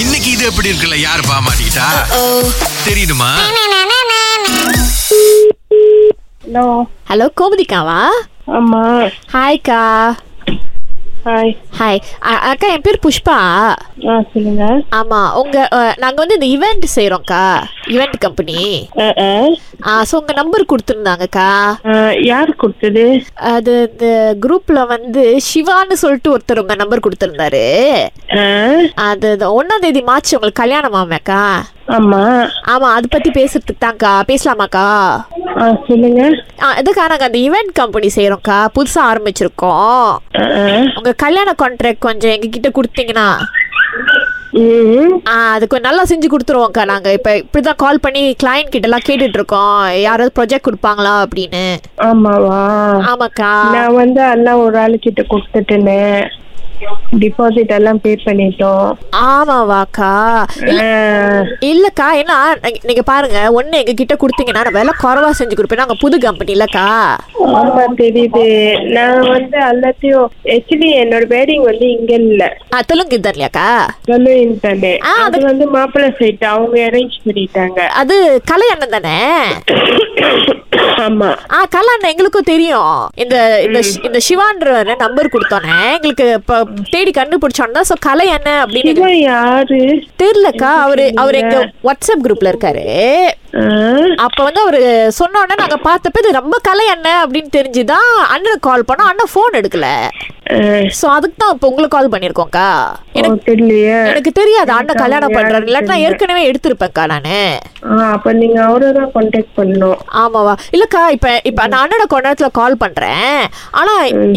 இன்னைக்கு இது எப்படி இருக்குல்ல யாரு பாமாட்டா தெரியுமா ஹலோ ஹலோ கோமதிக்காவா ஆமா ஹாய்க்கா ஹாய் ஹாய் அ- அக்கா என் பேர் புஷ்பா ஆ சொல்லுங்க ஆமாம் உங்கள் நாங்கள் வந்து இந்த ஈவெண்ட் செய்கிறோம்க்கா ஈவெண்ட் கம்பெனி அஹ், அஹ். ஆ ஸோ உங்கள் நம்பர் கொடுத்துருந்தாங்கக்கா அஹ், யார் கொடுத்தது அது இந்த குரூப்பில் வந்து சிவான்னு சொல்லிட்டு ஒருத்தர் உங்கள் நம்பர் கொடுத்துருந்தாரு அஹ், அது இந்த ஒன்றாம் தேதி மார்ச் உங்களுக்கு கல்யாணமாமேக்கா ஆமா ஆமாம் அதை பற்றி பேசுறதுக்கு தான்க்கா பேசலாமாக்கா ஆ சொல்லுங்க ஆ இதுக்கா நாங்கள் அந்த ஈவெண்ட் கம்பெனி செய்கிறோம்க்கா புதுசாக ஆரம்பிச்சிருக்கோம் அஹ், அஹ். உங்கள் கல்யாண கான்ட்ராக்ட் கொஞ்சம் எங்ககிட்ட கொடுத்தீங்கன்னா ம், ஆ அது கொஞ்சம் நல்லா செஞ்சு கொடுத்துருவோம்க்கா நாங்கள் இப்போ இப்படி தான் கால் பண்ணி கிளைண்ட் கிட்டலாம் கேட்டுட்ருக்கோம் யாராவது ப்ராஜெக்ட் கொடுப்பாங்களா அப்படின்னு ஆமாவா ஆமாக்கா நான் வந்து எல்லாம் ஒரு ஆளுக்கிட்ட கொடுத்துட்டேனே டிபாசிட் எல்லாம் பே பண்ணிட்டோம் ஆமாவாக்கா அஹ், இல்லைக்கா ஏன்னா நீங்க- நீங்க பாருங்க ஒன்று எங்ககிட்ட கொடுத்தீங்கன்னா நான் விலை குறவா செஞ்சு கொடுப்பேன் நாங்கள் புது கம்பெனி இல்லைக்கா ஆமா தெரியுது நான் வந்து எல்லாத்தையும் ஆக்சுவலி என்னோட வேடிங் வந்து இங்க இல்ல ஆ தெலுங்கு தான் இல்லையாக்கா சொல்லுவீங்க தானே ஆ, அது- அது வந்து மாப்பிள்ளை சைட் அவங்க அரேஞ்ச் பண்ணிட்டாங்க அது கலை அண்ணன் தானே ஆமா ஆ கலை அண்ணன் எங்களுக்கும் தெரியும் இந்த இந்த ஷி- இந்த சிவான்ற நம்பர் கொடுத்தோன்னே எங்களுக்கு இப்போ தேடி கண்டுபிடிச்சோன்னா ஸோ கலை அண்ணன் அப்படின்னு எங்களுக்கு இவன் யாரு தெரியலக்கா அவரு அவர் எங்க வாட்ஸ்அப் குரூப்ல இருக்காரு ஆ? அப்ப வந்து அவரு சொன்ன உடனே நாங்க பார்த்தப்ப இது ரொம்ப கலை அண்ணன் அப்படின்னு தெரிஞ்சுதான் அண்ணனுக்கு கால் பண்ணோம் அண்ணன் ஃபோன் எடுக்கல ஆ, சோ அதுக்கு தான் இப்ப உங்களுக்கு கால் பண்ணிருக்கோம்க்கா எனக்கு உனக்கு இல்லையா? எனக்கு தெரியாது அண்ணன் கல்யாணம் பண்றாரு இல்லாட்டி நான் ஏற்கனவே எடுத்திருப்பேன்க்கா நானு ஆ, அப்ப நீங்க அவரதான் கான்டாக்ட் பண்ணணும் ஆமாவா இல்லக்கா இப்ப இப்ப நான் அண்ணனோட கொண்டாடத்துல கால் பண்றேன் ஆனா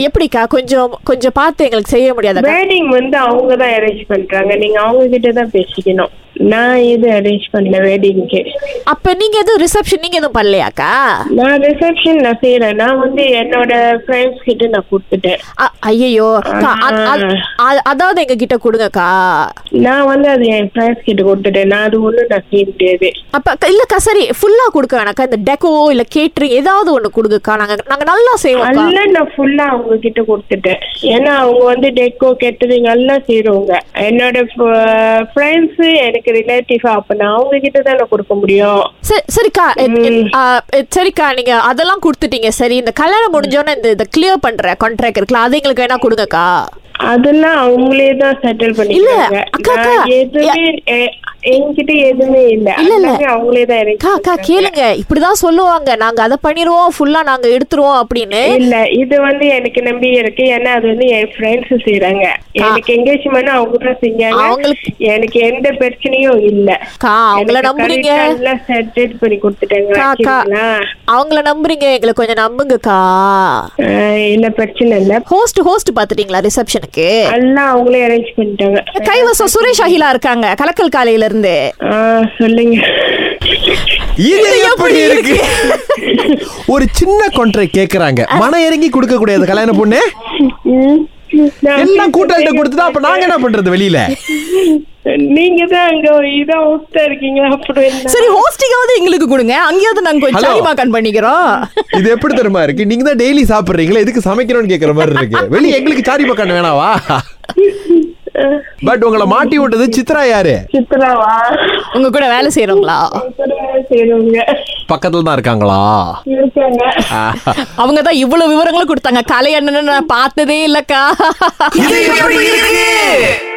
எப்படிக்கா கொஞ்சம் கொஞ்சம் பார்த்து எங்களுக்கு செய்ய முடியாதா வேடிங் வந்து அவங்க தான் அரேஞ்ச் பண்றாங்க நீங்க அவங்க கிட்ட தான் பேசிக்கணும் நான் இது அரேஞ்ச் பண்ணல வேடிங்க்கு அப்ப நீங்க எதுவும் ரிசப்ஷன் நீங்க எதுவும் பண்ணலையாக்கா நான் ரிசப்ஷன் நான் செய்யறேன் நான் வந்து என்னோட ஃப்ரெண்ட்ஸ் கிட்ட நான் கொடுத்துட்டேன் அ- ஐயையோ அக்கா, அ- அ- அ- அதாவது எங்க கிட்ட கொடுங்கக்கா நான் வந்து அது என் ஃப்ரெண்ட்ஸ் கிட்ட கொடுத்துட்டேன் நான் அது ஒண்ணும் நான் செய்ய முடியாது அப்ப க- இல்லக்கா சரி ஃபுல்லா கொடுக்க வேணாக்கா இந்த டெக்கோ இல்ல கேட்ரிங் ஏதாவது ஒண்ணு கொடுங்கக்கா நாங்க நாங்க நல்லா செய்வோம்க்கா எல்லாம் நான் ஃபுல்லா அவங்க கிட்ட கொடுத்துட்டேன் ஏன்னா அவங்க வந்து டெக்கோ கேட்டரிங் எல்லாம் செய்றவங்க என்னோட ஃப்ரெண்ட்ஸ் எனக்கு ரிலேட்டிவ் அப்ப நான் அவங்க கிட்ட தானே கொடுக்க முடியும் சரி- சரிக்கா இத்- இத்- ஆ, இத் சரிக்கா நீங்க அதெல்லாம் கொடுத்துட்டீங்க சரி இந்த கல்யாணம் முடிஞ்சோன்னே இந்த இதை கிளியர் பண்ற கான்ட்ராக்ட் இருக்குல்ல அது எங்களுக்கு வேணா கொடுங்கக்கா அதெல்லாம் அவங்களே தான் செட்டில் பண்ணிக்கிறாங்க அக்கா, நான் அக்கா, எதுவுமே எ- என்கிட்ட எதுவுமே இல்ல இல்ல, இல்ல. எல்லாமே அவங்களே தான் அக்கா அக்கா இருக்கு கேளுங்க இப்படிதான் சொல்லுவாங்க நாங்க அதை பண்ணிருவோம் ஃபுல்லா நாங்க எடுத்துருவோம் அப்படின்னு இல்ல இது வந்து எனக்கு நம்பி இருக்கு ஏன்னா அது வந்து என் ஃப்ரெண்ட்ஸ் செய்யறாங்க எனக்கு எங்கேஜ்மெண்ட் அவங்க தான் செஞ்சாங்க அவங்களுக்கு- எனக்கு எந்த பிரச்சனையும் இல்ல அக்கா அவங்கள நம்புறீங்க செட்டில் பண்ணி கொடுத்துட்டாங்க அக்கா, அக்கா. வச்சிருக்கீங்களா? அவங்கள நம்புறீங்க எங்களை கொஞ்சம் நம்புங்கக்கா அஹ் இல்ல பிரச்சனை இல்ல ஹோஸ்ட் ஹோஸ்ட் பாத்துட்டீங்களா ரிசப்ஷனுக்கு எல்லாம் அவங்களே அரேஞ்ச் பண்ணிட்டாங்க கைவசம் சுரேஷ் அகிலா இருக்காங்க கலக்கல் காலையில இருந்து ஆஹ் சொல்லுங்க இது எப்படி இருக்கு ஒரு சின்ன கொன்றை கேக்குறாங்க மன இறங்கி கொடுக்க கூடாது கல்யாண பொண்ணு நான் எல்லாம் கூட்டாளிட்ட கொடுத்துட்டா அப்ப நாங்க என்ன பண்றது வெளியில நீங்க தான் அங்க இதா ஊத்தா இருக்கீங்க அப்புறம் என்ன? சரி ஹோஸ்டிங்காவது எங்களுக்கு கொடுங்க அங்கேயாவது நாங்க கொஞ்சம் Hello. சாலிமா கண் பண்ணிக்கிறோம் இது எப்படி தெரியுமா இருக்கு நீங்க தான் டெய்லி சாப்பிடுறீங்களா எதுக்கு சமைக்கிறோம்னு கேக்குற மாதிரி இருக்கு வெளிய எங்களுக்கு சாரி பக்கம் வேணாவா பட் உங்களை மாட்டி விட்டது சித்ரா யாரு சித்ராவா உங்க கூட வேலை செய்யறவங்களா செய்யறவங்க பக்கத்துல தான் இருக்காங்களா இருக்காங்க ஆஹா. அவங்க தான் இவ்வளவு விவரங்களும் கொடுத்தாங்க கலை அண்ணன் நான் பார்த்ததே இல்லக்கா இது எப்படி இருக்கு